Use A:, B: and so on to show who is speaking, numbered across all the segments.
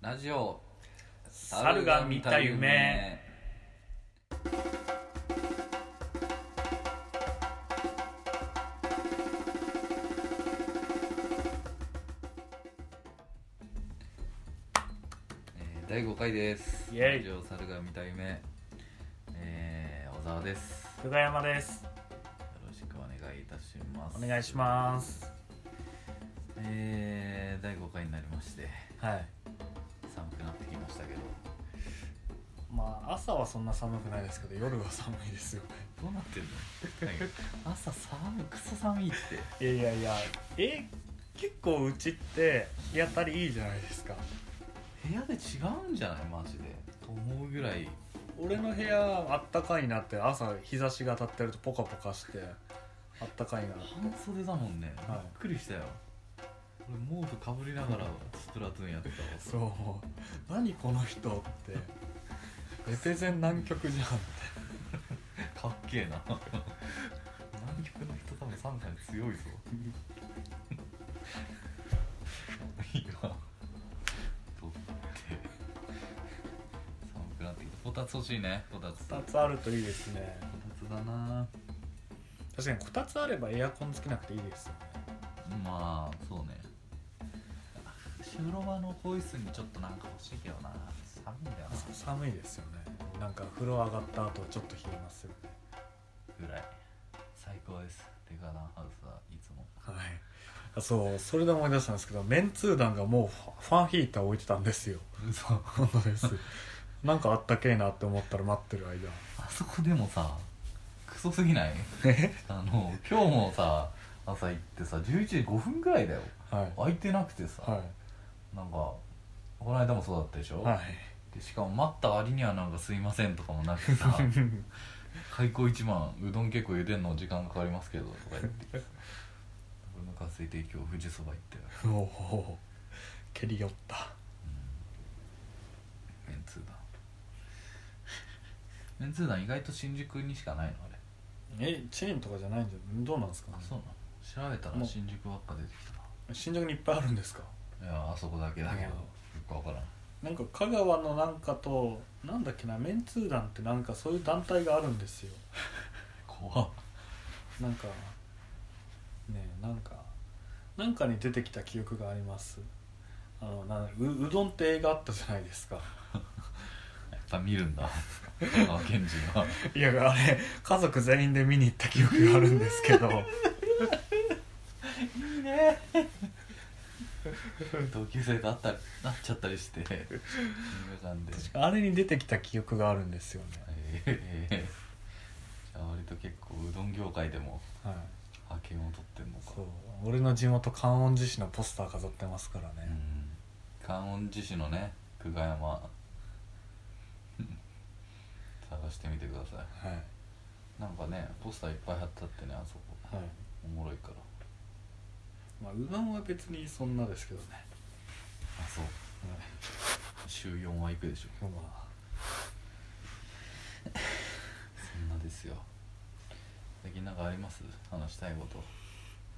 A: ラジオ
B: 猿が見た夢
A: えー第5回です
B: イエイ
A: ラジオ猿が見た夢えー小沢ですよ
B: 久我山です
A: ろしくお願いいたします
B: お願いします
A: えー第5回になりまして
B: はい
A: 寒くなってきましたけど
B: まあ朝はそんな寒くないですけど夜は寒いですよね
A: どうなってんのなんか 朝寒いクソ寒いって
B: いやいやいやえ結構うちって日当たりいいじゃないですか
A: 部屋で違うんじゃないマジでと思うぐらい
B: 俺の部屋あったかいなって朝日差しが当たってるとポカポカしてあったかいなって
A: 半袖だもんね、
B: はい
A: びっくりしたよ俺毛布かぶりながらスプラトゥーンやってたわ
B: そう何この人ってレペゼン南極じゃんって
A: かっけえな南極の人多分寒さに強いぞ いいわとって寒くなってきたこたつ欲しいねこたつこ
B: 2つあるといいですね
A: たつだな
B: 確かにこたつあればエアコンつけなくていいですよね
A: まあそうね収録場の更衣室にちょっとなんか欲しいけどな寒いんだよ
B: 朝寒いですよねなんか風呂上がった後ちょっと冷えますよね
A: なぐらい最高ですデカダンハウスはいつも
B: はいあそうそれで思い出したんですけどメンツー団がもうファファンヒーター置いてたんですよ
A: 嘘
B: 本当ですなんかあったけえなって思ったら待ってる間
A: あそこでもさクソすぎない
B: え
A: あの今日もさ朝行ってさ11時5分ぐらいだよ
B: はい
A: 空いてなくてさ、
B: は
A: なんかこの間もそうだったでしょ、
B: いはい
A: でしかも待った割にはなんか「すいません」とかもなくて さ開口一番うどん結構茹でるの時間かかりますけどとか言って俺のかすいて今日富士そば行ったよ、
B: おお蹴り寄った
A: うん、メンツー団 メンツー団意外と新宿にしかないのあれ
B: えチェーンとかじゃないんじゃどうなんですか
A: あそうなの調べた
B: も
A: ら
B: う
A: 新宿ばっか出てきたな
B: 新宿にいっぱいあるんですか
A: いやあそこだけだけど
B: うん
A: よくわからん
B: なんか香川のなんかとなんだっけなメンツー団ってなんかそういう団体があるんですよ
A: 怖っ
B: なんかねえなんかなんかに出てきた記憶がありますあのなううどんって映画あったじゃないですか
A: やっぱ見るんだ香川賢治が
B: いやあれ家族全員で見に行った記憶があるんです けど
A: いいね 同級生と会ったりなっちゃったり して映画館で
B: あれに出てきた記憶があるんですよね、
A: ええじゃあ割と結構うどん業界でも
B: はい、
A: 派遣を取ってんのか
B: そう俺の地元観音寺市のポスター飾ってますから
A: う
B: ね、
A: ん観音寺市のね久我山 探してみてください
B: はい、
A: なんかねポスターいっぱい貼ったってねあそこ
B: はい
A: おもろいから
B: まあ、うどんは別にそんなですけどね、
A: あそう
B: は
A: 週4は行くでしょ
B: い、ま
A: そんなですよ最近なんかあります話したいこと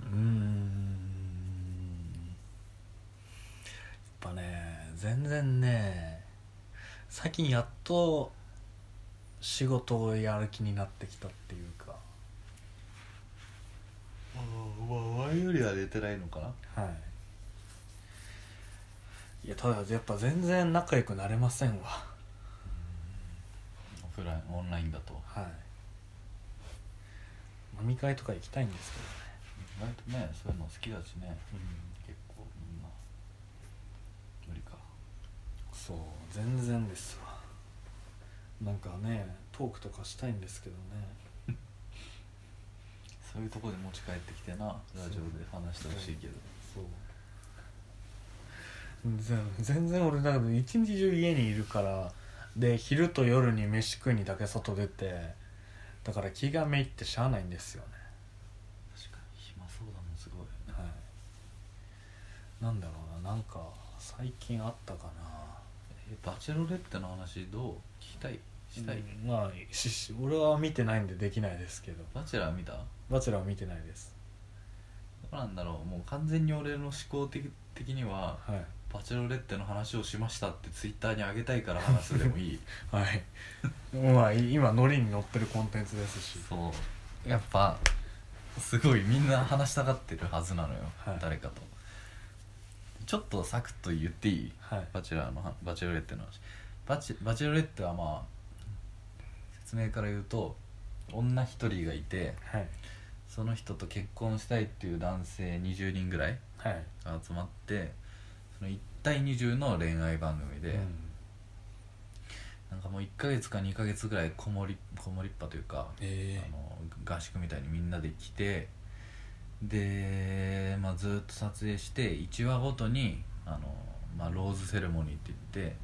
B: あうーんやっぱね全然ね最近やっと仕事をやる気になってきたっていうか
A: ああ前よりは出てないのかな
B: はいいやただやっぱ全然仲良くなれませんわ
A: オフラインオンラインだと
B: はい飲み会とか行きたいんですけ
A: 意外とねそういうの好きだしね
B: どね、
A: 結構みんな無理か
B: そう全然ですわなんかねトークとかしたいんですけどね
A: そういうとこで持ち帰ってきてなラジオで話してほしいけど
B: そう全全然俺だけど一日中家にいるからで昼と夜に飯食いにだけ外出てだから気がめいってしゃあないんですよね
A: 確かに暇そうだもんすごい
B: はいなんだろうななんか最近あったかな
A: えバチェロレッテの話どう聞きたいしたい、
B: うんまあしし俺は見てないんでできないですけど
A: バチェラー見たど
B: バチェラーは見てないです
A: うなんだろうもう完全に俺の思考的的には
B: はい
A: バチェロレッテの話をしましたってツイッターに上げたいから話すでも いい
B: はいまあい今ノリに乗ってるコンテンツですし
A: そうやっぱすごいみんな話したがってるはずなのよ、
B: はい
A: 誰かとちょっとサクッと言っていい
B: はい
A: バチェラーの話バチェロレッテの話バチバチェロレッテはまあ説明から言うと女一人がいて
B: はい
A: その人と結婚したいっていう男性20人ぐらい
B: はい
A: が集まってその1対20の恋愛番組で、
B: うん
A: なんかもう1ヶ月か2ヶ月ぐらいこもりこもりっぱというか、
B: え
A: あの合宿みたいにみんなで来てで、まあ、ずっと撮影して1話ごとにあの、まあ、ローズセレモニーって言って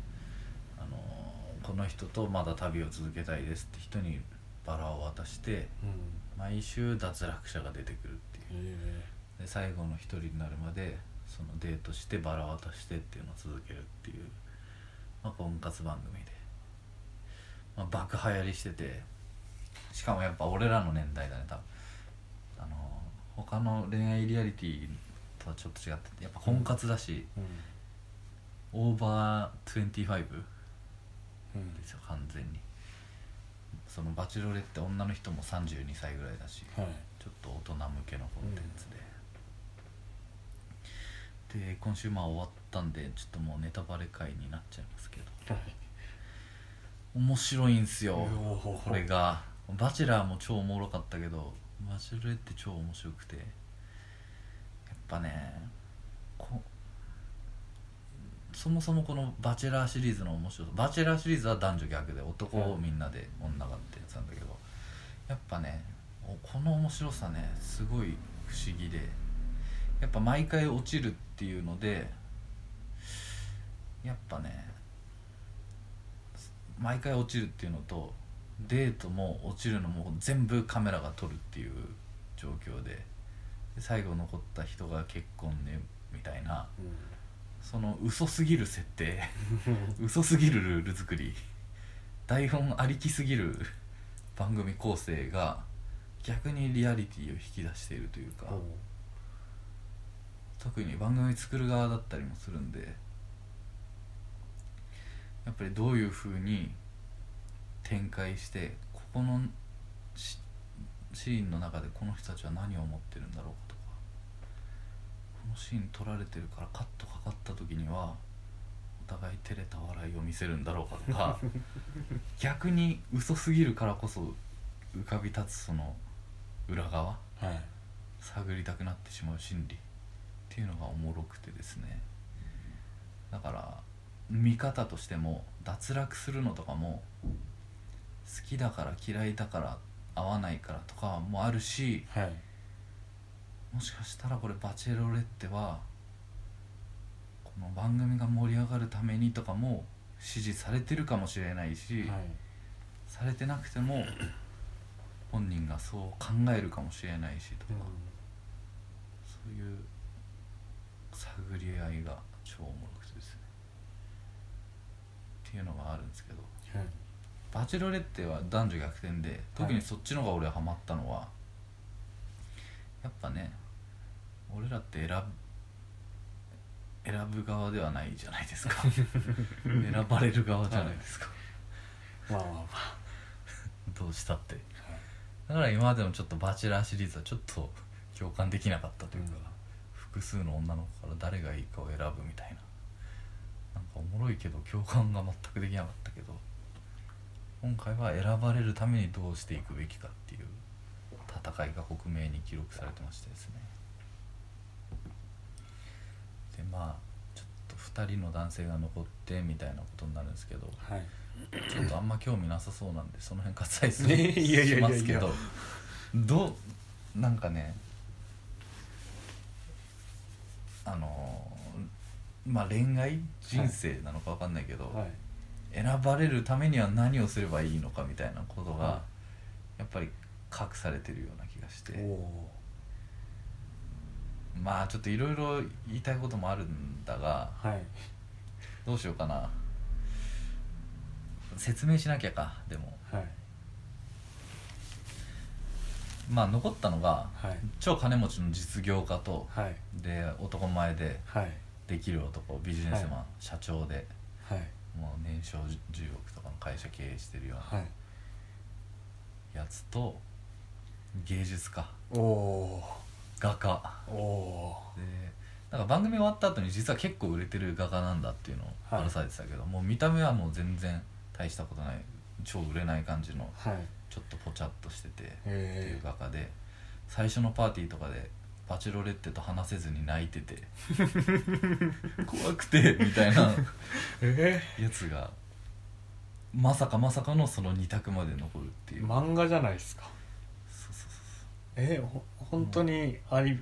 A: あのこの人とまだ旅を続けたいですって人にバラを渡して
B: えうん
A: 毎週脱落者が出てくるっていう
B: え
A: で最後の一人になるまでそのデートしてバラ渡してっていうのを続けるっていう、まあ、婚活番組で、まあ、爆流行りしててしかもやっぱ俺らの年代だね多分あの他の恋愛リアリティとはちょっと違っててやっぱ婚活だし、
B: うん
A: オーバー25
B: うん
A: ですよ完全にそのバチロレって女の人も32歳ぐらいだし
B: はい
A: ちょっと大人向けのコンテンツで、で今週まあ終わったんでちょっともうネタバレ会になっちゃいますけど
B: はい
A: 面白いんすよ
B: おー
A: これが「バチェラー」も超おもろかったけど「バチェロレ」って超面白くてやっぱねこそもそもこの「バチェラー」シリーズの面白さ「バチェラー」シリーズは男女逆で男をみんなで女がってやつなんだけどやっぱねおこの面白さねすごい不思議でやっぱ毎回落ちるっていうのでやっぱね毎回落ちるっていうのとデートも落ちるのも全部カメラが撮るっていう状況でで最後残った人が結婚ねみたいな
B: う
A: その嘘すぎる設定
B: ん
A: 嘘すぎるルール作り台本ありきすぎる番組構成が逆にリアリティを引き出しているというか、特に番組作る側だったりもするんでやっぱりどういう風に展開してここのしシーンの中でこの人たちは何を思ってるんだろうかとかこのシーン撮られてるからカットかかった時にはお互い照れた笑いを見せるんだろうかとか逆に嘘すぎるからこそ浮かび立つその裏側
B: はい
A: 探りたくなってしまう心理っていうのがおもろくてですねだから見方としても脱落するのとかも好きだから嫌いだから合わないからとかもあるし
B: はい
A: もしかしたらこれ「バチェロレッテは」この番組が盛り上がるためにとかも支持されてるかもしれないし、
B: はい
A: されてなくても本人がそう考えるかもしれないしとか。そういう探り合いが超おもろくてですねっていうのがあるんですけど
B: はい
A: 「バチェロレッテ」は男女逆転で特にそっちのが俺ハマったのは、やっぱね俺らって選ぶ選ぶ側ではないじゃないですか選ばれる側じゃないですか、
B: まあまあまあ
A: どうしたってだから今までのちょっと「バチェラー」シリーズはちょっと共感できなかったというか、
B: うん
A: 複数の女の子から誰がいいかを選ぶみたいななんかおもろいけど共感が全くできなかったけど今回は選ばれるためにどうしていくべきかっていう戦いが克明に記録されてましてですねでまあちょっと2人の男性が残ってみたいなことになるんですけど
B: はい
A: ちょっとあんま興味なさそうなんでその辺割愛す
B: いやいやいや
A: し
B: い
A: ま
B: や
A: すけどどうなんかねあのーまあ恋愛人生なのかわかんないけど、
B: はい
A: 選ばれるためには何をすればいいのかみたいなことが、
B: は
A: やっぱり隠されてるような気がして
B: おお
A: まあちょっといろいろ言いたいこともあるんだが
B: ーはい
A: どうしようかな説明しなきゃかでも
B: はい
A: まあ残ったのが
B: はい
A: 超金持ちの実業家と
B: はい
A: で男前で
B: はい
A: できる男ビジネスマン、社長で
B: はい
A: もう年商10億とかの会社経営してるよう
B: はい
A: なやつと芸術家
B: おお
A: 画家
B: ーお
A: でなんか番組終わった後に実は結構売れてる画家なんだっていうのを
B: はい
A: 話されてたけど、もう見た目はもう全然大したことない超売れない感じの
B: ーはい
A: ちょっとぽちゃっとしててってい
B: え
A: う画家で最初のパーティーとかでバチェロレッテと話せずに泣いてて 怖くてみたいな
B: ー、え
A: やつがまさかまさかのその2択まで残るってい
B: ー、
A: う、
B: 漫画じゃないですか
A: そうそうそ
B: えー、ほ本当にあり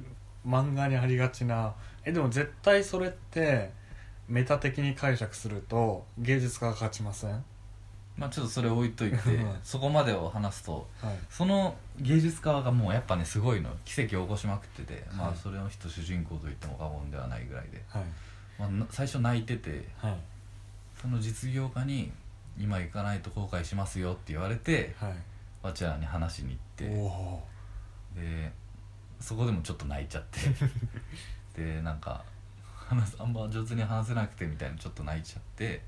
B: 漫画にありがちなえでも絶対それってメタ的に解釈すると芸術家が勝ちません、は
A: うまあちょっとそれ置いと いてそこまでを話すと
B: い、
A: その芸術家がもうやっぱねすごいの奇跡を起こしまくってて、ま
B: は
A: あ
B: い
A: それの人主人公と言っても過言ではないぐらいで、
B: はい
A: まあな、最初泣いてて
B: はい
A: その実業家に「今行かないと後悔しますよ」って言われて
B: はい
A: バチェラーに話しに行
B: お
A: っ
B: お
A: てでそこでもちょっと泣いちゃって でなんか話すあんま上手に話せなくてみたいにちょっと泣いちゃって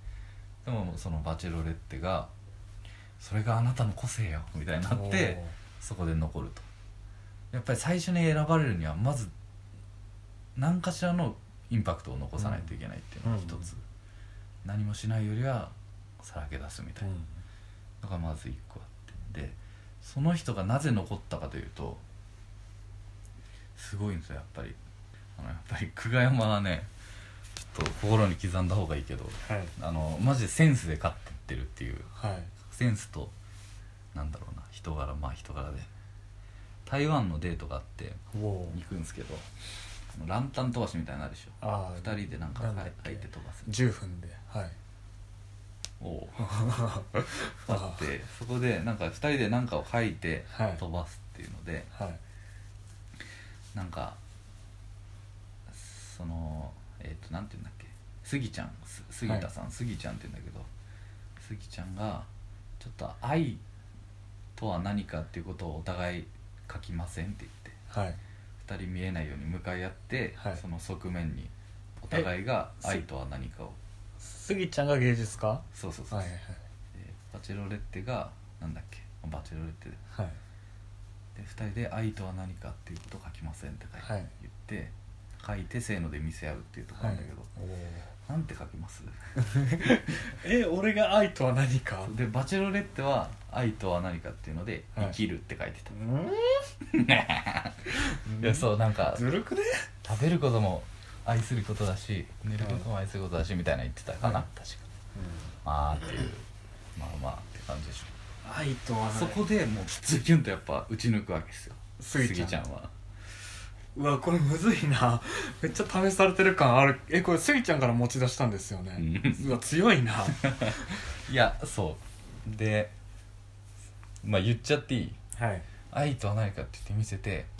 A: でもそのバチェロレッテが「それがあなたの個性よ」みたいになって。そこで残るとやっぱり最初に選ばれるにはまず何かしらのインパクトを残さないといけないっていうのが一つ、何もしないよりはさらけ出すみた
B: う
A: いなんのがまず一個あってでその人がなぜ残ったかというとすごいんですよやっぱりあのやっぱり久我山はねちょっと心に刻んだ方がいいけど
B: はい
A: あのマジでセンスで勝ってってるっていう
B: はい
A: センスとなんだろうな人柄まあ人柄で台湾のデートがあって
B: おお
A: 行くんですけどランタン飛ばしみたいになるでしょ
B: ああ
A: 2人でなんか
B: なんだっ
A: はい
B: け
A: 相手飛ばす
B: 10分で はい
A: おお
B: あ
A: あってそこでなんか2人で何かを書いて
B: はい
A: 飛ばすっていうので
B: はい
A: なんかそのえっ、となんて言うんだっけスギちゃんす杉田さん、スギちゃんって言うんだけどスギちゃんがちょっと愛とは何かっていうことをお互い書きませんって言って
B: はい
A: 二人見えないように向かい合って、
B: はい
A: その側面にお互いが愛とは何かを
B: スギちゃんが芸術家は
A: そうそう
B: い
A: そう、
B: はい
A: でバチェロレッテがなんだっけバチェロレッテで
B: はい
A: で二人で「愛とは何か」っていうことを書きませんって書いて、
B: はい
A: 言って書いてせーので見せ合うっていうところ
B: は
A: ないんだけど、
B: おー
A: なんて書きます
B: え俺が愛とは何か
A: でバチェロレッテは「愛とは何か」っていうので「
B: はい
A: 生きる」って書いてた、
B: うん
A: いやそうなんか
B: ずるくね
A: 食べることも愛することだし寝ることも愛することだしみたいな言ってたかな、
B: はい
A: 確かまあっていうまあまあって感じでしょ
B: 愛とは
A: そこでもうズキュンとやっぱ打ち抜くわけですよ
B: スギちゃん
A: は
B: うわこれむずいなめっちゃ試されてる感あるえこれスギちゃんから持ち出したんですよね
A: う
B: うわ強いな
A: いやそうでまあ言っちゃっていい
B: はい
A: 「愛とは何か」って言って見せて「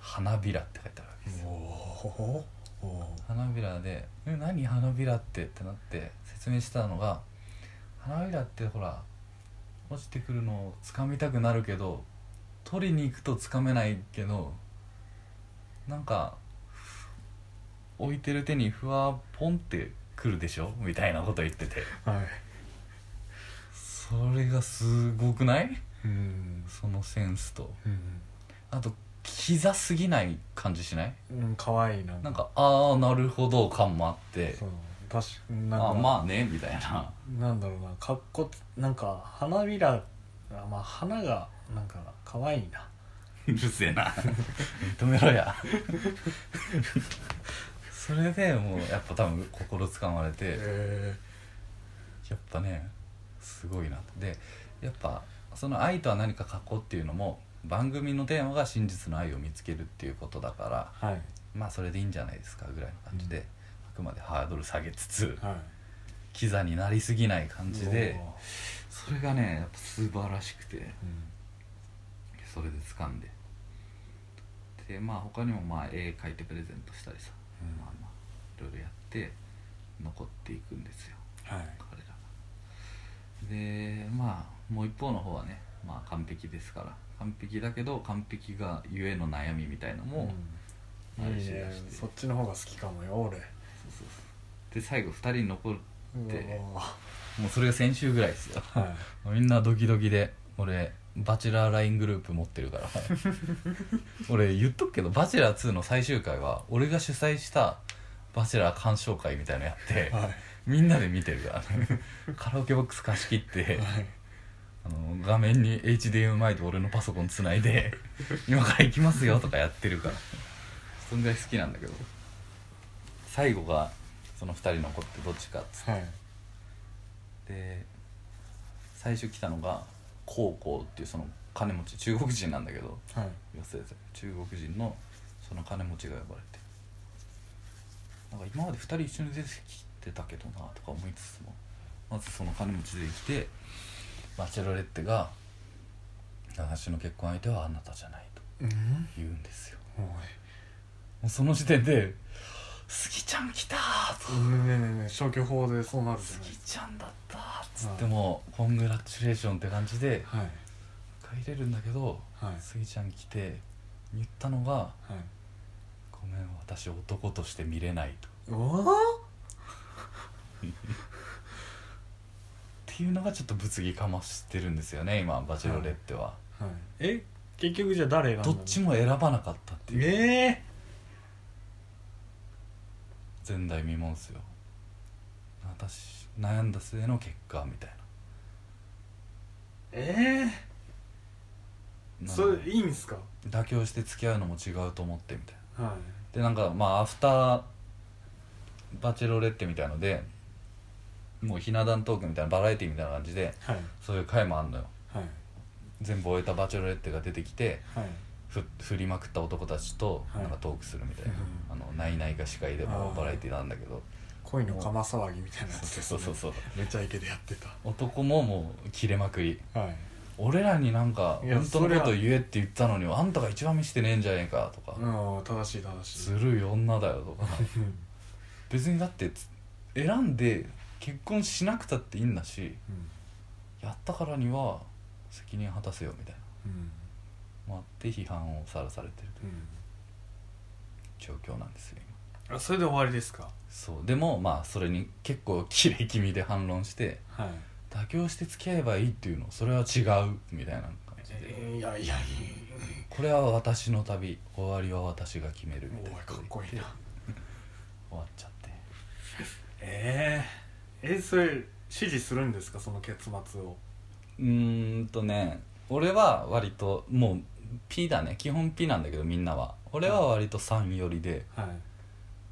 A: 花びら」って書いてあるわけです
B: お
A: よ
B: おおお
A: 花びらで「え何花びらって」ってなって説明したのが「花びらってほら落ちてくるのを掴みたくなるけど取りに行くと掴めないけどなんか置いてる手にふわポンってくるでしょみたいなこと言ってて
B: はい
A: それがすごくない
B: うん
A: そのセンスと
B: うん
A: あと膝すぎない感じしない
B: うん可愛いな
A: なんかああなるほど感もあって
B: そう確かになんか
A: あまあねみたいな
B: なんだろうなかっこなんか花びらあまあ花がなんか可愛いな
A: うるせえ な認めろや それでもうやっぱ多分心つかまれて
B: え
A: やっぱねすごいなとでやっぱその「愛とは何か過去」っていうのも番組のテーマが真実の愛を見つけるっていうことだから
B: はい
A: まあそれでいいんじゃないですかぐらいの感じで、
B: うん
A: あくまでハードル下げつつ
B: は
A: キザになりすぎない
B: い
A: 感じでそれがねやっぱ素晴らしくてそれで掴んででまあ他にもまあ絵描いてプレゼントしたりさ、
B: うん
A: まあまあいろいろやって残っていくんですよ
B: はい
A: 彼らがでまあもう一方の方はねまあ完璧ですから完璧だけど完璧がゆえの悩みみたいのも、
B: う
A: あ
B: ん
A: れ
B: いい
A: しだ
B: ね
A: して
B: そっちの方が好きかもよ俺
A: そうそうで最後2人残るで
B: うわ
A: もうそれが先週ぐらいですよ
B: ーは
A: み
B: い
A: んなドキドキで俺バチェラー LINE グループ持ってるから 俺言っとくけど「バチェラー2」の最終回は俺が主催したバチェラー鑑賞会みたいのやって
B: はい
A: みんなで見てるからねカラオケボックス貸し切って
B: はい
A: あの画面に HDMI と俺のパソコンつないで「今から行きますよ」とかやってるからそんぐらい好きなんだけど最後がその2人残ってどっちかっつって
B: はい
A: で最初来たのが高校っていうその金持ち中国人なんだけど
B: はい
A: 寄せて中国人のその金持ちが呼ばれてなんか今まで2人一緒に出てきてたけどなとか思いつつもまずその金持ちで来てバチェロレッテが「私の結婚相手はあなたじゃない」と
B: うん
A: 言うんですよ
B: おい
A: もうその時点で「スギちゃん来た!」と
B: ねえねえねえねえ消去法でそう
A: 「
B: なるじゃ
A: ス
B: ない
A: ギちゃんだった!」っつってもう「コングラチュレーション」って感じで
B: はい
A: 入れるんだけど
B: はい
A: スギちゃん来て言ったのが
B: はい
A: 「ごめん私男として見れない」と。
B: うわ
A: っていうのがちょっと物議かましてるんですよね今バチェロレッテは、
B: ーはいえ結局じゃあ誰選んだ
A: ど
B: の
A: っちも選ばなかったっていう
B: ええ
A: 前代未聞っすよ私悩んだ末の結果みたい
B: ええ
A: な
B: それ
A: なん
B: いいんすか
A: か妥協して付き合うのも違うと思ってみたいな
B: は
A: でなんかまあアフターバチェロレッテみたいのでもうひな壇トークみたいなバラエティみたいな感じで
B: いはい
A: そういう回もあんのよ
B: はい
A: 全部終えたバチェロレッテが出てきて
B: はい
A: ふ振りまくった男たちと
B: はい
A: なんかトークするみたいな、
B: うん
A: あのナイナイが司会でも
B: あー
A: バラエティなんだけど
B: 恋の釜騒ぎみたいなやつです
A: そう
B: ね
A: そうそう
B: めちゃイケでやってた
A: 男ももう切れまくり
B: はい
A: 俺らになんか
B: いや
A: 本当のこと
B: そりゃ
A: 言えって言ったのにあんたが一番見してねえんじゃねえかとか、
B: うん正しい正し
A: ずるい女だよとか
B: いうん
A: 別にだってつ選んで結婚しなくたっていいんだしやったからには責任果たせよみたいな
B: うん
A: まあって批判をさらされてる
B: うん
A: 状況なんですよ今
B: あそれで終わりですか
A: そうでもまあそれに結構キレ気味で反論して
B: はい
A: 妥協して付き合えばいいっていうのそれは違うみたいな感じで
B: いやいやいや
A: これは私の旅終わりは私が決めるみ
B: お
A: たい
B: い
A: な
B: かっこいいな
A: 終わっちゃって
B: えええそれ支持するんですかその結末を
A: うーんとね俺は割ともう P だね基本 P なんだけどみんなは俺は割と3寄りで
B: はい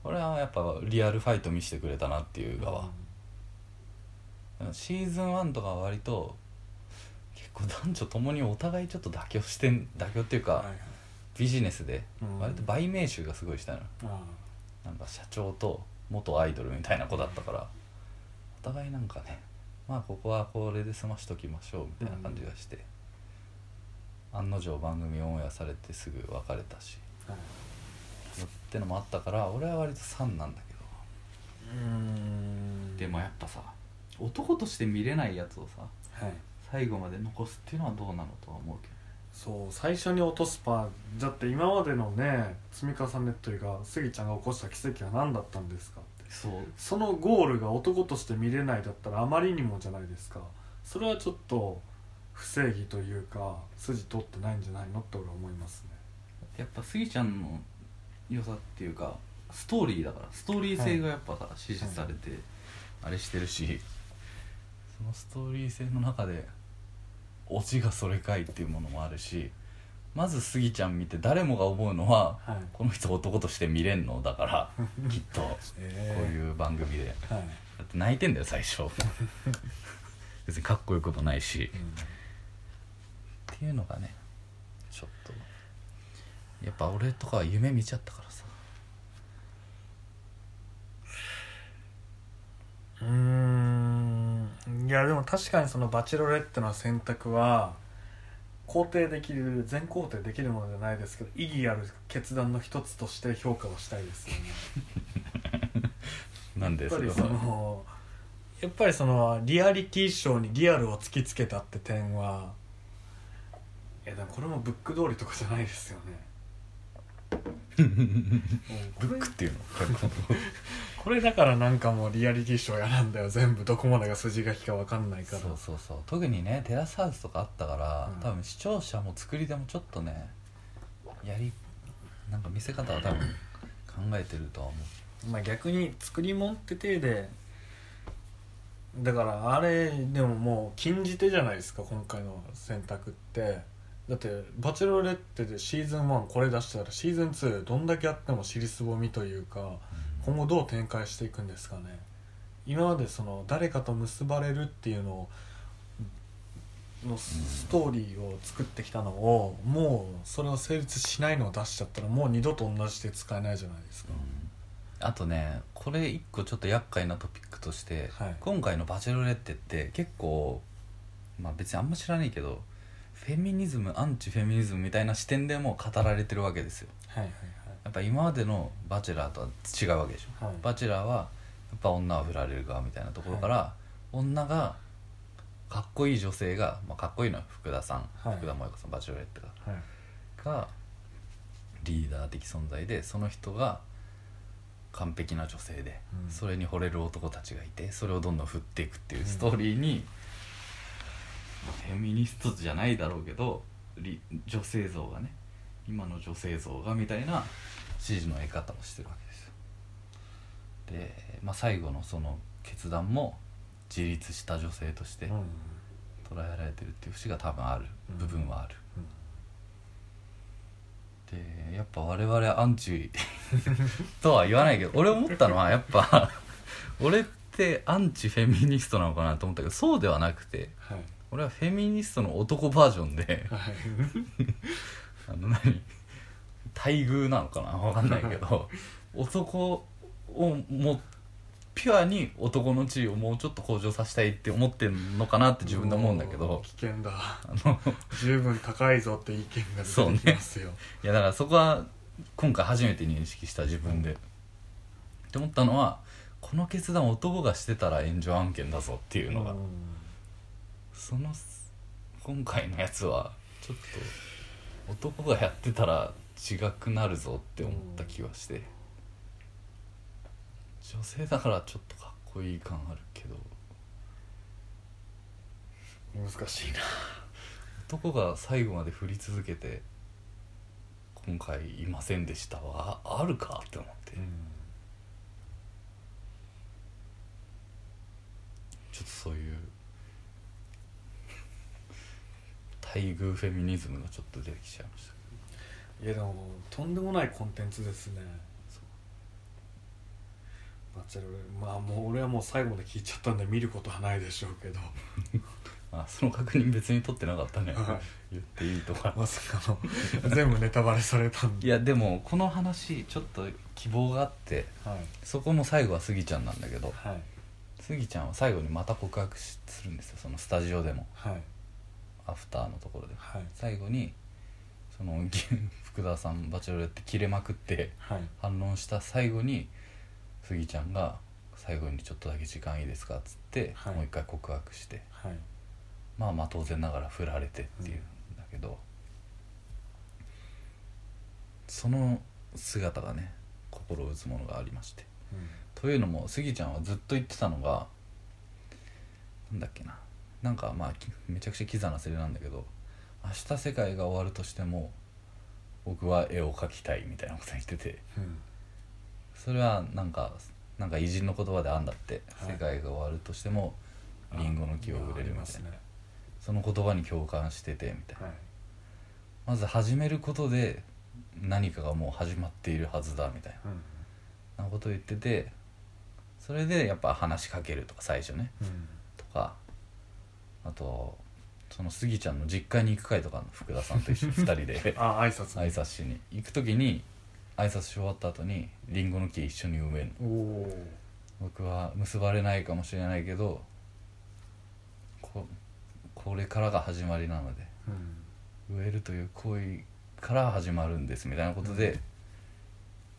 A: 俺はやっぱリアルファイト見せてくれたなっていう
B: う
A: 側
B: ん
A: シーズン1とかは割と結構男女ともにお互いちょっと妥協してん妥協っていう
B: は
A: か
B: いはい
A: ビジネスで
B: うん
A: 割と売名集がすごいしたの
B: あ
A: なんか社長と元アイドルみたいな子だったからお互いなんかねまあここはこれで済ましときましょうみたいな感じがして、案の定番組オンエアされてすぐ別れたし
B: あはい
A: ってのもあったから俺は割と3なんだけど
B: うん
A: でもやっぱさ男として見れないやつをさ
B: はい
A: 最後まで残すっていうのはどうなのとは思うけ
B: そう最初に落とすパンだって今までのね積み重ねというかスギちゃんが起こした奇跡は何だったんですかって
A: どそう
B: そのゴールが男として見れないだったらあまりにもじゃないですかそれはちょっと不正義というか筋取ってないんじゃないのって俺は思いますね
A: やっぱスギちゃんの良さっていうかストーリーだからストーリー性がやっぱさ支持されて、あれしてるしそのストーリー性の中でオチがそれかいっていうものもあるしまずスギちゃん見て誰もが思うのは
B: はい
A: この人男として見れんのだから きっとこう
B: え
A: いう番組でだ
B: えはい、
A: って泣いてんだよ最初 別にかっこよくもないしっていうのがねちょっとやっぱ俺とかは夢見ちゃったからさ
B: うんいやでも確かにそのバチェロレッテの選択は肯定できる全肯定できるものじゃないですけど意義ある決断の一つとして評価をしたいですよね
A: なんで
B: やっぱ
A: れ
B: り
A: は
B: そのやっぱりそのリアリティショーにリアルを突きつけたって点はいやでもこれもブック通りとかじゃないですよね もう
A: ブ
B: こ
A: ッ
B: れ
A: クっていうの脚本
B: これだからなんかもうリアリティショーやなんだよ全部どこまでが筋書きか分かんないから
A: そうそうそう特にねテラスハウスとかあったから、
B: うん
A: 多分視聴者も作り手もちょっとねやりなんか見せ方は多分考えてるとは思
B: まあ逆に作り物って体でだからあれでももう禁じ手じゃないですか今回の選択ってだって「バチェロレッテ」でシーズン1これ出したらシーズン2どんだけやっても尻すぼみというか
A: う、
B: 今後どう展開していくんですかね今までその誰かと結ばれるっていうのをのストーリーを作ってきたのをもうそれを成立しないのを出しちゃったらもう二度と同じで使えないじゃないですか
A: う、んあとねこれ一個ちょっと厄介なトピックとして、
B: はい
A: 今回の「バチェロレッテ」って結構まあ別にあんま知らないけどフェミニズムアンチフェミニズムみたいな視点でもう語られてるわけですよ
B: はいはい
A: やっぱ今までの「バチェラー」とは違うわけでしょ
B: はいはい
A: バチェラーはやっぱ女は振られる側みたいなところから、女がかっこいい女性が、まあ、かっこいいのは福田さん、
B: はい
A: 福田萌子さんバチェロレッテが
B: はい
A: がリーダー的存在でその人が完璧な女性で、
B: うん
A: それに惚れる男たちがいてそれをどんどん振っていくっていうストーリーに、フェミニストじゃないだろうけどり女性像がね今の女性像がみたいな指示の得方をしてるわけですよ。で、まあ、最後のその決断も自立した女性として
B: うん
A: 捉えられてるっていう節が多分ある部分はある。でやっぱ我々アンチ とは言わないけど俺思ったのはやっぱ俺ってアンチフェミニストなのかなと思ったけどそうではなくて
B: はい
A: 俺はフェミニストの男バージョンで
B: はい
A: あの何待遇なのかなわかんないけど男をもうピュアに男の地位をもうちょっと向上させたいって思ってんのかなって自分で思うんだけ
B: もう
A: ど
B: 危険だ
A: あの
B: 十分高いぞって意見が出てきますよ、
A: いやだからそこは今回初めて認識した自分で、って思ったのはこの決断を男がしてたら炎上案件だぞっていうのが、
B: うん
A: その今回のやつはちょっと男がやってたら違くなるぞって思った気はして、女性だからちょっとかっこいい感あるけど
B: 難しいな
A: 男が最後まで振り続けて今回いませんでしたはああるかって思って。ちょっとそういう待遇フェミニズムがちょっと出てきちゃいました
B: いやでもとんでもないコンテンツですね
A: そう
B: バチェロレまあもう俺はもう最後まで聞いちゃったんで見ることはないでしょうけ ど
A: あその確認別に取ってなかったね
B: はい
A: 言っていいとか
B: まさかの全部ネタバレされたん
A: い
B: で
A: やでもこの話ちょっと希望があって
B: はい
A: そこも最後はスギちゃんなんだけど
B: はい
A: スギちゃんは最後にまた告白しするんですよそのスタジオでも
B: はい
A: アフターのところで
B: はい
A: 最後にその ぎ福田さんバチェロレって切れまくって
B: はい
A: 反論した最後にスギちゃんが「最後にちょっとだけ時間いいですか」っつって、
B: はい
A: もう一回告白して
B: はい
A: まあまあ当然ながら振られてっていうんだけど、その姿がね心を打つものがありまして
B: うん
A: というのもスギちゃんはずっと言ってたのがなんだっけななんかまあきめちゃくちゃキザなセリフなんだけど「明日世界が終わるとしても僕は絵を描きたい」みたいなこと言ってて。
B: うん
A: それはなんかなんか偉人の言葉であんだって、
B: はい
A: 世界が終わるとしてもリンゴの木を植えるみ
B: ありま
A: た
B: す
A: いな、
B: ね
A: その言葉に共感しててみたいな、
B: はい
A: まず始めることで何かがもう始まっているはずだみたい
B: うん
A: ななことを言っててそれでやっぱ話しかけるとか最初ね
B: うん
A: とかあとそのスギちゃんの実家に行く会とかの福田さんと 一緒に2人で
B: あ挨拶
A: 挨拶しに行く時に挨拶し終わった後にリンゴの木一緒に植えるの
B: おおー
A: 僕は結ばれないかもしれないけどここれからが始まりなので
B: うん
A: 植えるという行為から始まるんですみたいなことで、
B: うん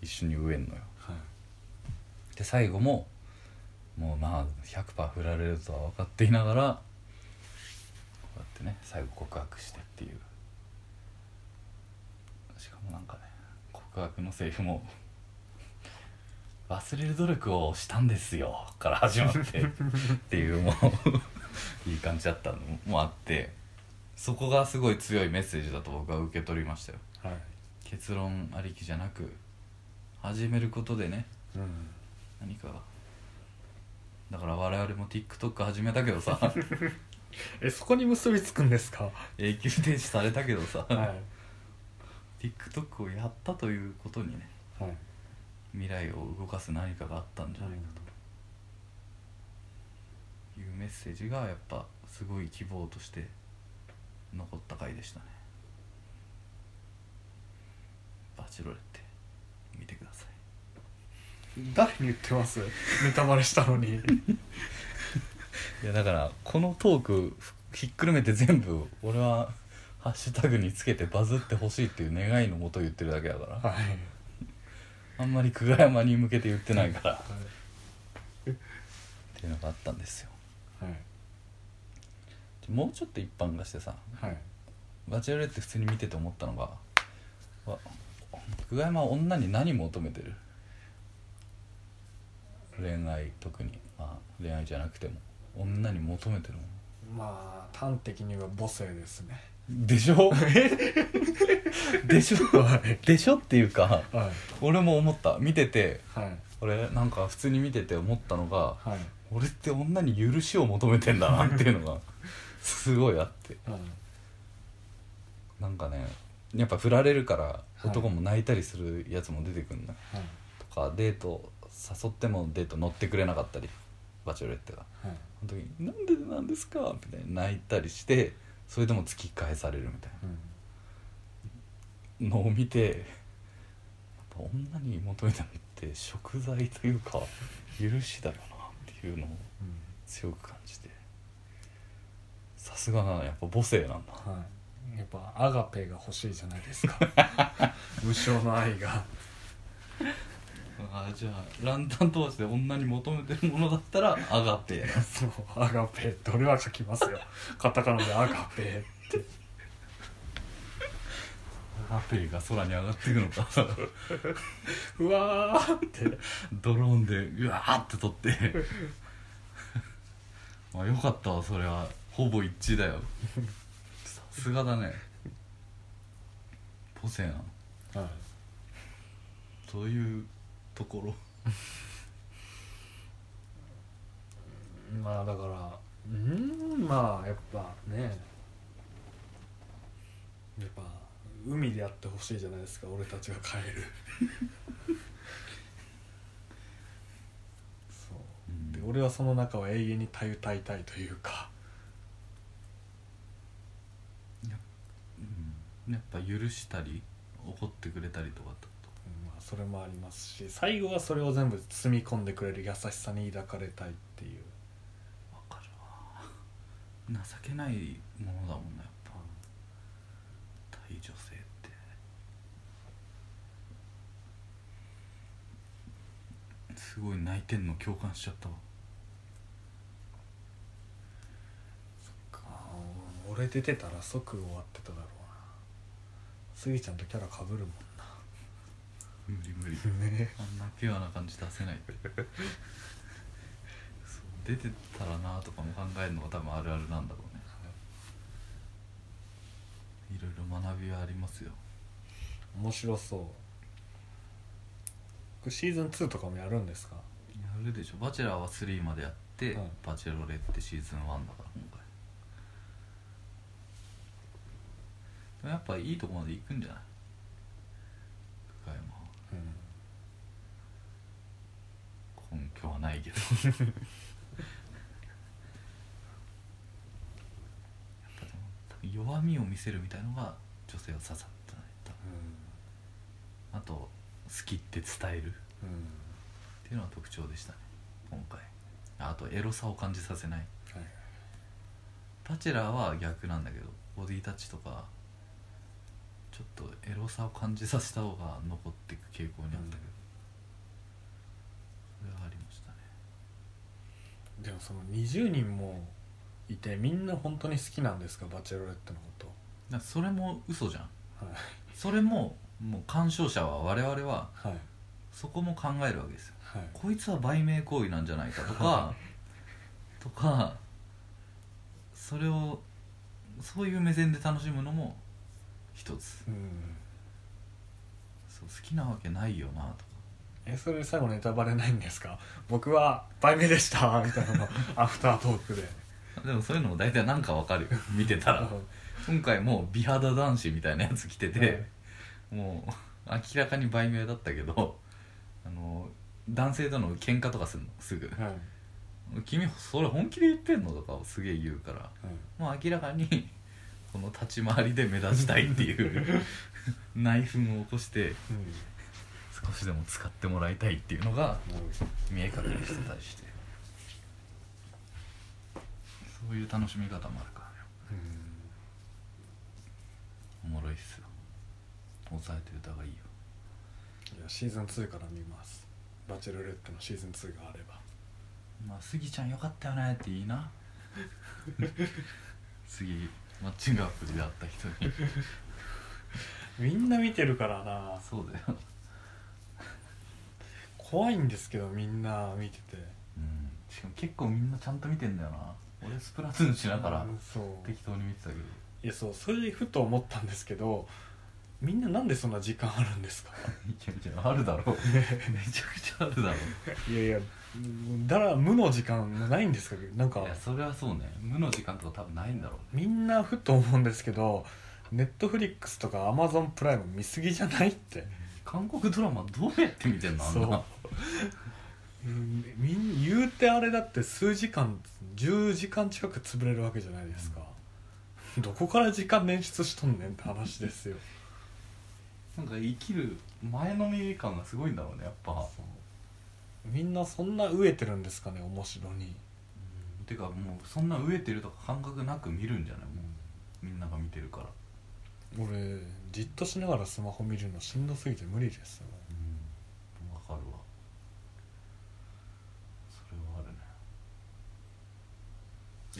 A: 一緒に植えんのよ
B: はい
A: で最後ももうまあ100%振られるとは分かっていながらこうやってね最後告白してっていうしかもなんかね告告白のセリフも「忘れる努力をしたんですよ」から始まってっていうもういい感じだったのもあってそこがすごい強いメッセージだと僕は受け取りましたよ
B: はい
A: 結論ありきじゃなく始めることでね
B: うん
A: 何かだから我々も TikTok 始めたけど さ
B: えそこに結びつくんですか
A: 永久停止されたけどさ、
B: はい
A: TikTok をやったということにね
B: はい
A: 未来を動かす何かがあったんじゃないかというメッセージがやっぱすごい希望として残った回でしたねバチロレって見てください
B: 誰に言ってますネタバレしたのに
A: いやだからこのトークひっくるめて全部俺はハッシュタグにつけてバズってほしいっていう願いのもと言ってるだけだから
B: はい
A: あんまり久我山に向けて言ってないからっていうのがあったんですよ
B: はい
A: もうちょっと一般化してさ
B: はい
A: バチェロレって普通に見てて思ったのがわ久我山は女に何求めてる恋愛特に、まあ、恋愛じゃなくても女に求めてるも
B: まあ端的に言えば母性ですね
A: のでしょでしょ
B: はい
A: でしょっていうか
B: はい
A: 俺も思った見てて
B: はい
A: 俺なんか普通に見てて思ったのが
B: はい
A: 俺って女に許しを求めてんだなっていうのがすごいあって
B: はい
A: なんかねやっぱ振られるから
B: い
A: 男も泣いたりするやつも出てくるんだ、
B: はい
A: とかデート誘ってもデート乗ってくれなかったりバチェロレッテが
B: はい
A: その時に「なんでなんですか?」みたいに泣いたりしてそれでも突き返されるみたい
B: うん
A: なのを見てやっぱ女に求めたのって食材というか許しだよなっていうのを
B: うん
A: 強く感じてさすがだなやっぱ母性なんだ
B: はい、やっぱアガペが欲しいじゃないですか 無償の愛が
A: あーじゃあランタン通して女に求めてるものだったらアガペ
B: そうアガペどれは書きますよカタカナでアガペ
A: アガペが空に上がっていくのか
B: うわーって
A: ドローンでうわーって撮って まあよかったわそれはほぼ一致だよさすがだねポセな
B: はい
A: そういうところ
B: まあだからうーんまあやっぱねやっぱ海でやってほしいじゃないですか俺たちが帰る そうで俺はその中を永遠にたゆたいたいというか
A: うんやっぱ許したり怒ってくれたりとかってこ
B: うんまあそれもありますし最後はそれを全部包み込んでくれる優しさに抱かれたいっていう
A: とわかるわ情けないものだもんなやっぱ対女性ってすごい泣いてんの共感しちゃったわ
B: あー俺出てたら即終わってただろうなスギちゃんとキャラかぶるもん
A: 無理無理
B: ね
A: あんなピュアな感じ出せない そう出てたらなとかも考えるのが多分あるあるなんだろうねいろいろ学びはありますよ
B: 面白そうこれ シーズン2とかもやるんですか
A: やるでしょバチェラーは3までやって、
B: はい
A: バチェロレってシーズン1だから今回でもやっぱいいとこまで行くんじゃない深山は
B: う
A: 根
B: ん
A: 拠はないけどやっぱでも多分弱みを見せるみたいのが女性を刺さってない多分あと好きって伝える
B: うん、うん
A: っていうのは特徴でしたね今回あとエロさを感じさせない
B: はい、
A: バチェラーは逆なんだけどボディタッチとかちょっとエロさを感じさせた方が残っていく傾向にあったけど、それはありましたね
B: でもその20人もいてみんな本当に好きなんですかバチェロレッテのこ
A: だからそれも嘘じゃん
B: とはい
A: それももう鑑賞者は我々は
B: はい
A: そこも考えるわけですよ
B: はい
A: こいつは売名行為なんじゃないかとかとかそれをそういう目線で楽しむのも一つ
B: うん
A: そう好きなわけないよなとか
B: えそれ最後ネタバレないんですか僕は売名でしたみたいなのをアフタートー クで
A: でもそういうのも大体なんかわか るよ見てたら今回もう美肌男子みたいなやつ着てて、
B: はい
A: もう明らかに売名だったけどあの男性との喧嘩とかするのすぐ
B: はい
A: 「君それ本気で言ってんの?」とかをすげえ言うからもう明らかにこの立ち回りで目立ちたいっていう 内紛を起こして
B: うん
A: 少しでも使ってもらいたいっていうのが見え隠れしてたりしてそういう楽しみ方もあるからねおもろいっすよ抑えて歌がいいよ
B: いやシーズン2から見ますバチェロレッテのシーズン2があれば
A: まあ、スギちゃんよかったよねっていい な次マッチングアプリで会った人 に
B: みんな見てるからな
A: そうだよ
B: 怖いんですけどみんな見てて
A: うんしかも結構みんなちゃんと見てんだよな俺スプラトゥーンしながら
B: うんそう
A: 適当に見てたけど
B: いやそうそれでふと思ったんですけどみんななんでそんな時間あるんですか
A: めちゃくちゃあるだ ろめちゃくちゃあるだろ
B: いやいやだから無の時間ないんですかなんか
A: いやそれはそうね無の時間とか多分ないんだろ
B: みんなふと思うんですけどネットフリックスとかアマゾンプライム見すぎじゃないって
A: う韓国ドラマどうやって見てんのあんな
B: うんみん言うてあれだって数時間10時間近く潰れるわけじゃないですか、どこから時間捻出しとんねんって話ですよ
A: なんか生きる前のめり感がすごいんだろうねやっぱ
B: そうみんなそんな飢えてるんですかね面白に、
A: うんてかもうそんな飢えてるとか感覚なく見るんじゃないもうみんなが見てるから
B: 俺じっとしながらスマホ見るのしんどすぎて無理ですよ
A: うんわかるわそれはある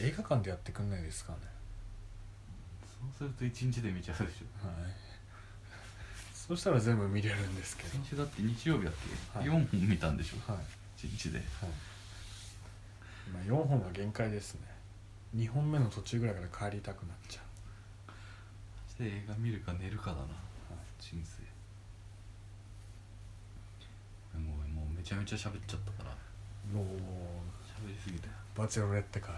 A: ね
B: 映画館でやってくんないですかね
A: そうすると一日で見ちゃうでしょ
B: はいそうしたら全部見れるんですけ
A: 先週だって日曜日だっけ、
B: はい
A: 4本見たんでしょ
B: どはい
A: 一日で
B: はい、まあ4本が限界ですね2本目の途中ぐらいから帰りたくなっちゃ
A: そして映画見るか寝るかだな
B: う、はい
A: 人生もうもうめちゃめちゃ喋っちゃったから
B: もう
A: 喋りすぎたよ
B: バチェロレッテかい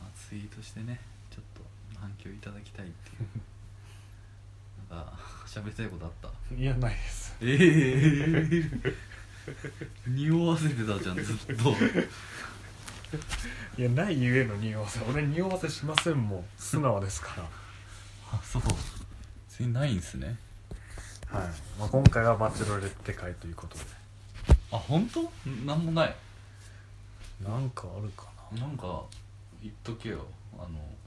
A: まあ、ツイートしてねちょっと反響いただきたいっていうなんか喋りたいことあった
B: いやないです
A: ええ匂わせてたじゃんずっと
B: いやないゆえの匂わせ俺匂わせしませんもん素直ですか
A: あそう別にないんすね
B: らはい、まあ、今回はバチェロレッテ会ということで
A: あ本当なんもない
B: なんかあるか
A: なんか言っとけよあの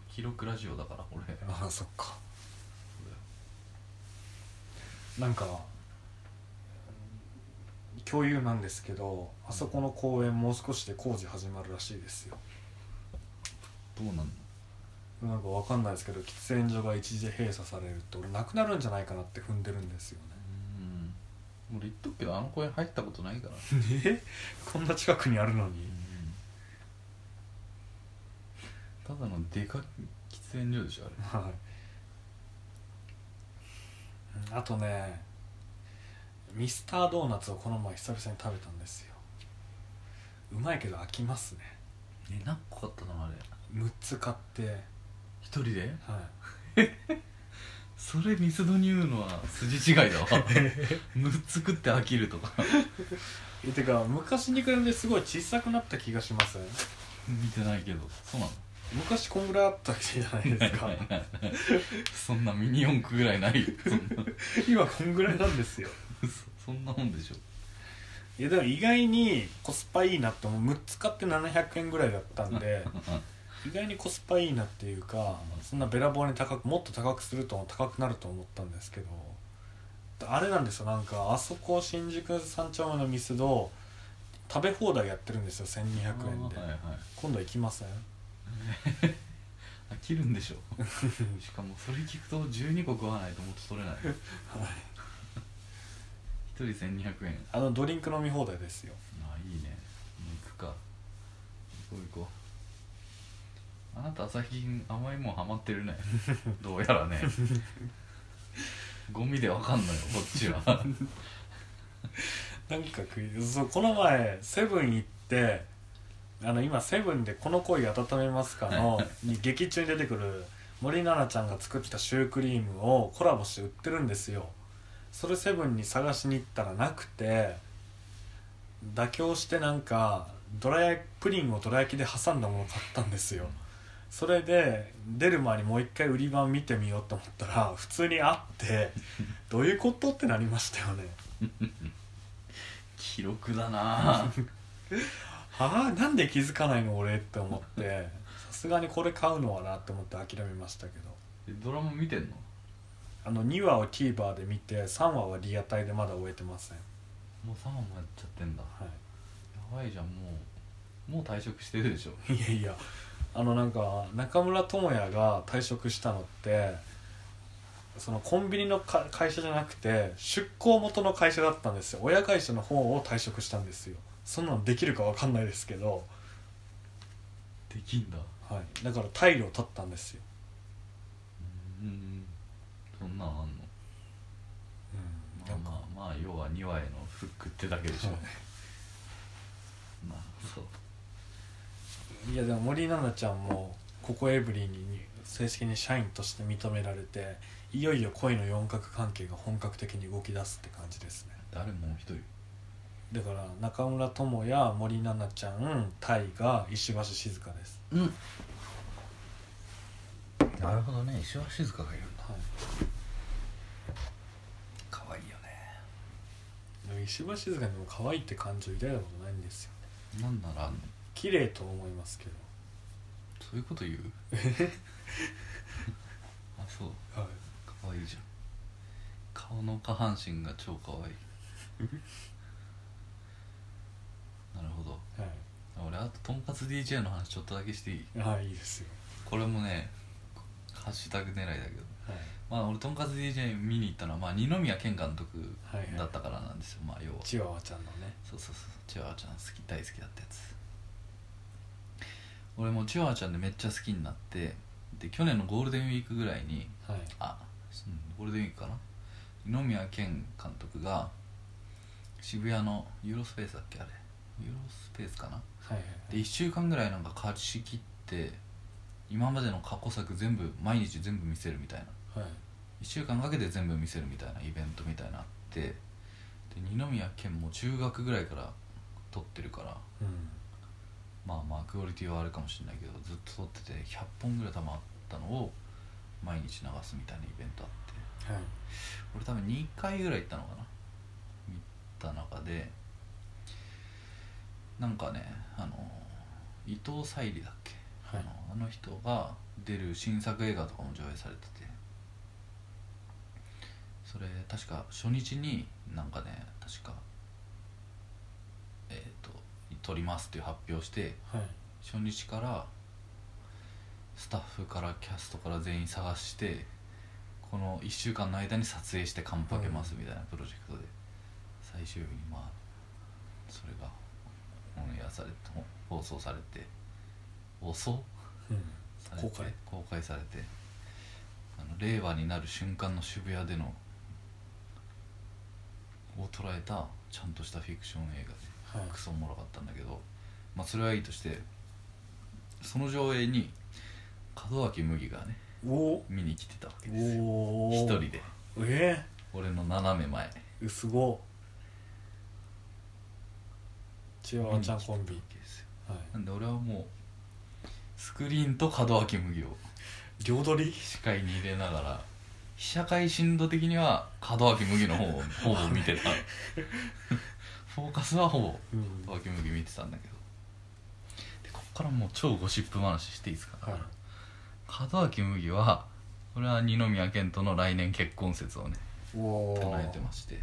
A: 記録ラジオだから俺
B: なああそっかなんか共有なんですけどあそこの公園もう少しで工事始まるらしいですよ
A: どうなんの
B: なんかわかんないですけど喫煙所が一時閉鎖されるって俺なくなるんじゃないかなって踏んでるんですよ
A: うん俺言っとくけどあの公園入ったことないから
B: ね えこんな近くにあるのに
A: ただのでか喫煙所でしょあれ
B: はいあとねミスタードーナツをこの前久々に食べたんですようまいけど飽きますね
A: え何個買ったのあれ
B: 6つ買ってはい
A: 一人でそれミスドに言うのは筋違い だわ6つ食って飽きるとか
B: えてか昔に比べてすごい小さくなった気がしません
A: 見てないけどそうなの
B: 昔こんぐらいあったじゃないで すか
A: そんなミニ四駆ぐらい ないよそんな
B: 今こんぐらいなんですよ
A: そそんなもんでしょ
B: いやでも意外にコスパいいなって思う6つ買って700円ぐらいだったんで意外にコスパいいなっていうかそんなべらぼうに高くもっと高くすると高くなると思ったんですけどあれなんですよなんかあそこ新宿三丁目のミスド食べ放題やってるんですよ1200円で
A: はいはい
B: 今度行きません
A: 飽きるんでしょしかもそれ聞くと12個食わないともっと取れない
B: はい
A: 人1200円
B: あのドリンク飲み放題ですよ
A: あいいねもう行くか行こう行こうあなた最近甘いもんハマって るねどうやらねゴミでわかんのよこっち は
B: なんか食いそうこの前セブン行ってあの今セブンで「この恋温めますかの」に劇中に出てくる森奈々ちゃんが作ったシュークリームをコラボして売ってるんですよそれセブンに探しに行ったらなくて妥協してなんかどら焼きプリンをどら焼きで挟んだもの買ったんですよそれで出る前にもう一回売り場見てみようと思ったら普通にあってどういうことってなりましたよね
A: 記録だな
B: はあなんで気づかないの俺って思ってさすがにこれ買うのはなって思って諦めましたけど
A: えドラマ見てんの
B: あの2話を TVer で見て3話はリアタイでまだ終えてません、
A: もう3本もやっちゃってんだ
B: は
A: やばいじゃんもうもう退職してるでしょ
B: い、 いやいやあのなんか中村倫也が退職したのってそのコンビニのか会社じゃなくて出向元の会社だったんですよ親会社の方を退職したんですよそんなのできるかわかんないですけど、
A: できんだ
B: はい、だから退路を取ったんですよ、
A: うんそんなんあんの
B: なん
A: ま
B: か
A: あまあまあ要は2話へのフックってだけでしょ
B: はい
A: なるほど
B: いやでも森七菜ちゃんもここエブリィに正式に社員として認められていよいよ恋の四角関係が本格的に動き出すって感じですね
A: 誰もう一人
B: だから中村智也森七菜ちゃん大が石橋静香です、
A: うんなるほどね石橋静香がいるんだ
B: は
A: 可愛いよね
B: い、でも石橋静香にも可愛いって感情抱いたことないんですよ
A: なんならあんの
B: 綺麗と思いますけ
A: そういうこと言う あそう
B: ど、はい、
A: 可愛いじゃん顔の下半身が超可愛い なるほど
B: はい
A: 俺あととんかつ DJ の話ちょっとだけしていい
B: はい、いいですよ、
A: これもねハッシュタグ狙いだけど
B: はい、
A: まあ俺とんかつ DJ 見に行ったのは、まあ、二宮健監督
B: はいはい
A: だったからなんですよ、まあ要は
B: チワワちゃんのね
A: そうそうそうチワワちゃん好き大好きだったやつ俺もチワワちゃんでめっちゃ好きになってで去年のゴールデンウィークぐらいに
B: はい
A: あ、うんゴールデンウィークかな二宮健監督が渋谷のユーロスペースだっけあれユーロスペースかな
B: はいはい
A: で1週間ぐらいなんか貸し切って今までの過去作全部毎日全部見せるみたいな
B: はいはい
A: 1週間かけて全部見せるみたいなイベントみたいなのあってで二宮健も中学ぐらいから撮ってるから
B: うん
A: まあまあクオリティはあるかもしれないけどずっと撮ってて100本ぐらい多分あったのを毎日流すみたいなイベントあって
B: はい
A: 俺多分2回ぐらい行ったのかな行った中でなんかねあの伊藤沙莉だっけ、
B: はい
A: あのあの人が出る新作映画とかも上映されててそれ確か初日になんかね確かえっ、と撮りますっていう発表して
B: はい
A: 初日からスタッフからキャストから全員探してこの1週間の間に撮影してカンパけますみたいなプロジェクトで、最終日にまあそれがオンエアされて放送されて放送
B: うん
A: されて
B: 公開
A: 公開されてあの令和になる瞬間の渋谷でのを捉えたちゃんとしたフィクション映画で
B: はい
A: クソおもろかったんだけど、まあ、それはいいとしてその上映に門脇麦がね
B: お
A: 見に来てたわけですよ
B: お
A: 一
B: 一
A: 人で
B: え
A: 俺の斜め前
B: えすごチワワちゃんコン
A: 見
B: ビ
A: に来てたわ、けですよ
B: はい、
A: なんで俺はもうスクリーンと門脇麦を
B: 両取り
A: 視界に入れながら被写界深度的には門脇麦の方 をほぼ見てたフォーカスはほぼ
B: うん
A: 門脇麦見てたんだけどでこっからもう超ゴシップ話していいですか、
B: はい
A: 門脇麦はこれは二宮健との来年結婚説をね
B: おお
A: 唱えてまして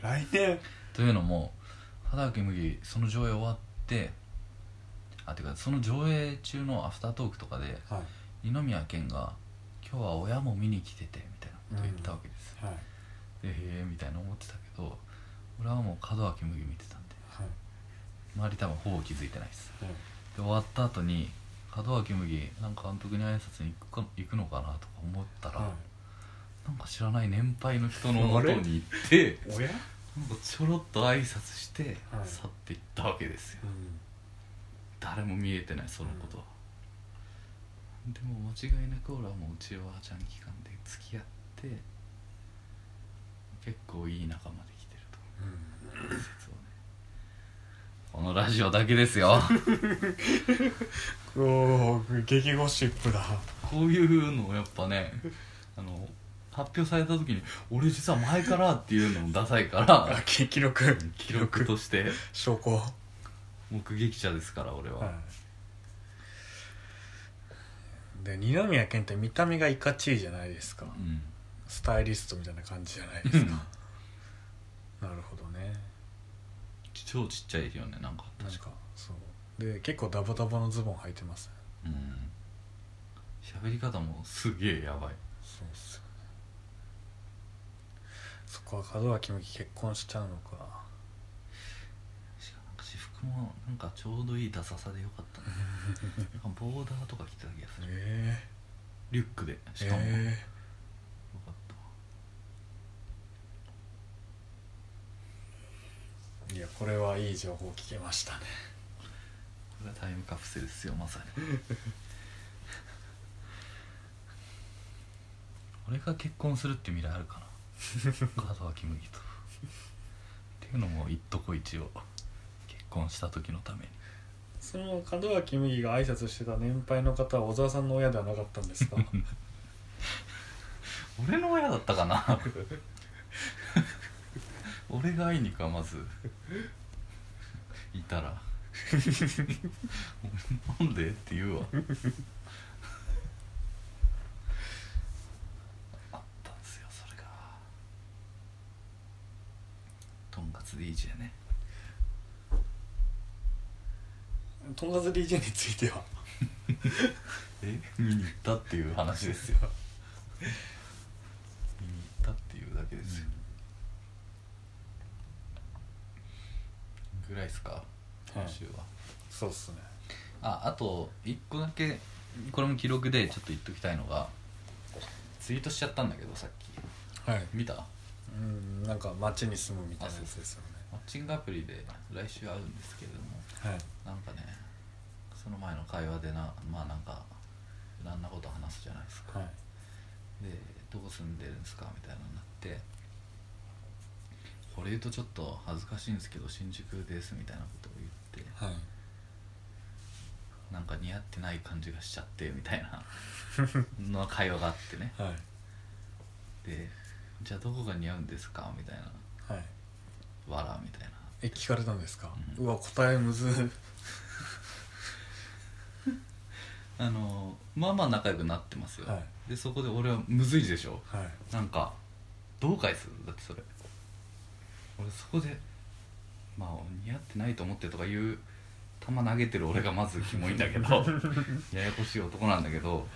B: 来年
A: というのも門脇麦その上映終わってあてかその上映中のアフタートークとかで
B: はい
A: 二宮健が「今日は親も見に来てて」みたいなこと言ったわけです、
B: はい
A: でへえみたいな思ってたけど俺はもう門脇麦見てたんで周り多分ほぼ気づいてないです
B: うん
A: で終わった後に門脇麦なんか監督に挨拶に行くか行くのかなとか思ったら、なんか知らない年配の人の
B: あ
A: 元
B: れ
A: に行って
B: おや、
A: なんかちょろっと挨拶して
B: はい
A: 去っていったわけですよ誰も見えてないそのことは、でも間違いなく俺はもううちおばあちゃん期間で付き合って結構いい仲間できてると思う説をねこのラジオだけですよ
B: おー激ゴシップだ
A: こういうのをやっぱねあの発表された時に俺実は前からっていうのもダサいから
B: 記記録
A: 記録として
B: 証拠は
A: 目撃者ですから俺は、
B: いで二宮健って見た目がいかちいじゃないです
A: う
B: か
A: ん
B: スタイリストみたいな感じじゃないですかなるほどね
A: 超ちっちゃいよねなんか
B: 確かそうで結構ダボダボのズボン履いてますね
A: うん喋り方もすげえやばい
B: そうっすよねそこは門脇麦結婚しちゃうのか
A: しかもなんか私服もなんかちょうどいいダサさでよかったねなんかボーダーとか着てた気がする
B: え
A: リュックで
B: え
A: しかも、よ
B: え
A: かったわ
B: えいやこれはいい情報聞けましたね
A: これがタイムカプセルっすよまさに俺が結婚するって未来あるかな門脇麦とっていうのも言っとこ一応結婚した時のために
B: その門脇麦が挨拶してた年配の方は小沢さんの親ではなかった んですか
A: 俺の親だったかな 俺が会いに行くわまずいたらなんでって言うわあったんですよそれがとんかつ DJ ね
B: とんかつ DJ については
A: え見に行ったっていう話ですよ見に行ったっていうだけですよ、ぐらいですか
B: は
A: 今
B: い
A: 週は、
B: そうっすね
A: ああと1個だけこれも記録でちょっと言っときたいのがツイートしちゃったんだけどさっき
B: はい
A: 見たマ
B: うんなんか街に住むみたいなやつですよ
A: ッチングアプリで来週会うんですけれども
B: ねは
A: な
B: い
A: んかねその前の会話でなまあなんかいろんなこと話すじゃないですか
B: はい
A: でどこ住んでるんですかみたいなのになってこれ言うとちょっと恥ずかしいんですけど新宿ですみたいなことを言って
B: はい
A: なんか似合ってない感じがしちゃってみたいなの会話があってね
B: はい
A: でじゃあどこが似合うんですかみたいな
B: はい
A: わらみたいな
B: え聞かれたんですか、
A: う
B: うわ答えむず
A: あのまあまあ仲良くなってますよ、
B: は
A: でそこで俺はむずいでしょ
B: はい
A: なんかどう返すだってそれ俺そこでまあ似合ってないと思ってとか言う球投げてる俺がまずキモいんだけどややこしい男なんだけど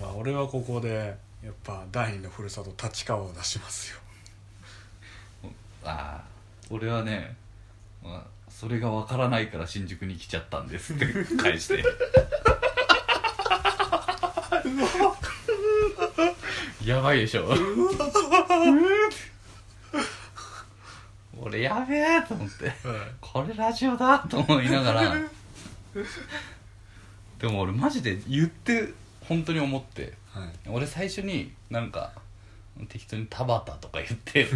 B: まあ俺はここでやっぱ第二のふるさと立川を出しますよ
A: ああ俺はね、まあ、それがわからないから新宿に来ちゃったんですって返してやばいでしょ俺やべえと思って
B: はい
A: これラジオだと思いながらでも俺マジで言って本当に思って
B: はい
A: 俺最初になんか適当に「田畑」とか言って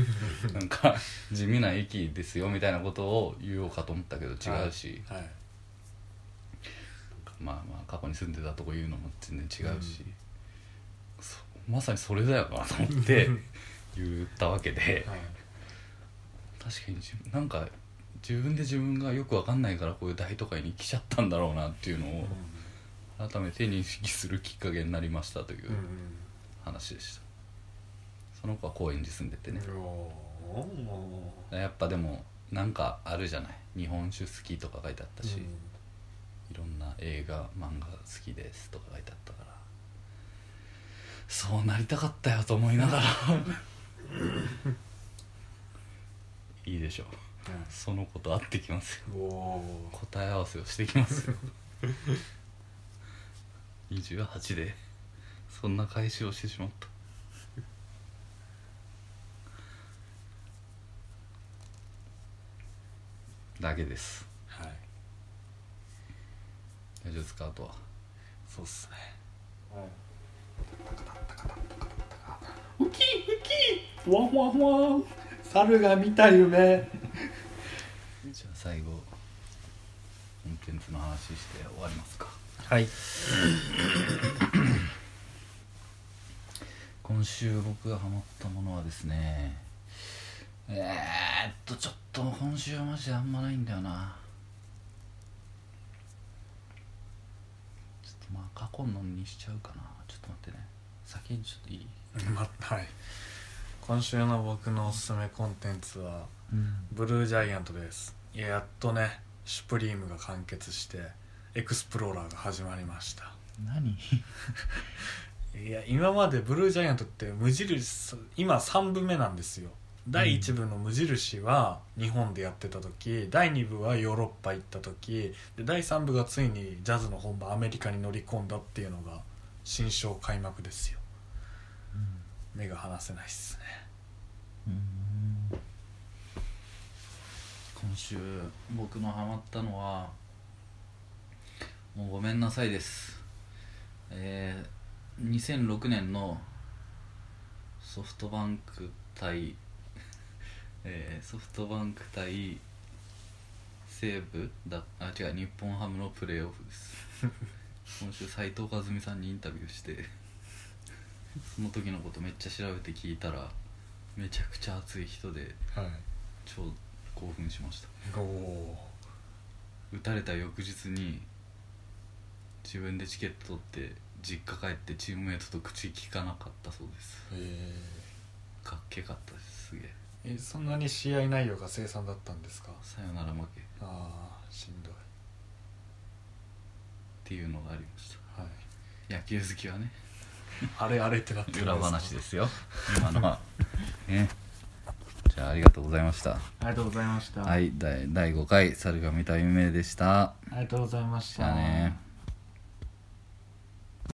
A: なんか地味な駅ですよみたいなことを言おうかと思ったけど違うし、
B: はいはい
A: まあまあ過去に住んでたとこ言うのも全然違うし、そまさにそれだよなと思って言ったわけで
B: はい
A: 確かに自分なんか自分で自分がよくわかんないからこういう大都会に来ちゃったんだろうなっていうのを改めて認識するきっかけになりましたという
B: うん
A: 話でした、その子は高円寺住んでて
B: うん
A: ね、
B: うんおー
A: やっぱでもなんかあるじゃない日本酒好きとか書いてあったし、
B: うん
A: いろんな映画漫画好きですとか書いてあったからそうなりたかったよと思いながらいいいでしょうその子と会ってきますよ
B: おお
A: 答え合わせをしてきますよ28でそんな返しをしてしまっただけです
B: はい
A: 大丈夫ですかあとは
B: そうっすねはいウキウキワンワンワン猿が見た夢
A: じゃあ最後コンテンツの話して終わりますか
B: はい
A: 今週僕がハマったものはですねえー、っとちょっと今週はマジであんまないんだよなちょっとまあ過去のにしちゃうかなちょっと待ってね先にちょっといい、
B: まはい今週の僕のおすすめコンテンツはブルージャイアントですいややっとね「シュプリームが完結してエクスプローラーが始まりました
A: 何
B: いや今までブルージャイアントって無印今3部目なんですよ第1部の無印は日本でやってた時第2部はヨーロッパ行った時で第3部がついにジャズの本場アメリカに乗り込んだっていうのが新章開幕ですよ目が離せないっすね
A: うん今週僕のハマったのはもうごめんなさいですえー、2006年のソフトバンク対、えーソフトバンク対西武だあ違う日本ハムのプレーオフです今週斉藤和美さんにインタビューしてその時のことめっちゃ調べて聞いたらめちゃくちゃ熱い人で
B: はい
A: 超興奮しました
B: おお
A: 打たれた翌日に自分でチケット取って実家帰ってチームメイトと口聞かなかったそうです
B: え
A: かっけかったですすげえ
B: ー、えそんなに試合内容が凄惨だったんですか
A: さよなら負けっ
B: ああしんどい
A: ていうのがありまし
B: はい
A: た野球好きはね
B: あれあれってなってるん
A: 裏
B: か
A: 話ですよ今のは ねじゃあありがとうございました
B: ありがとうございました、
A: はい第第5回「猿が見た夢」でした
B: ありがとうございまし
A: じゃあね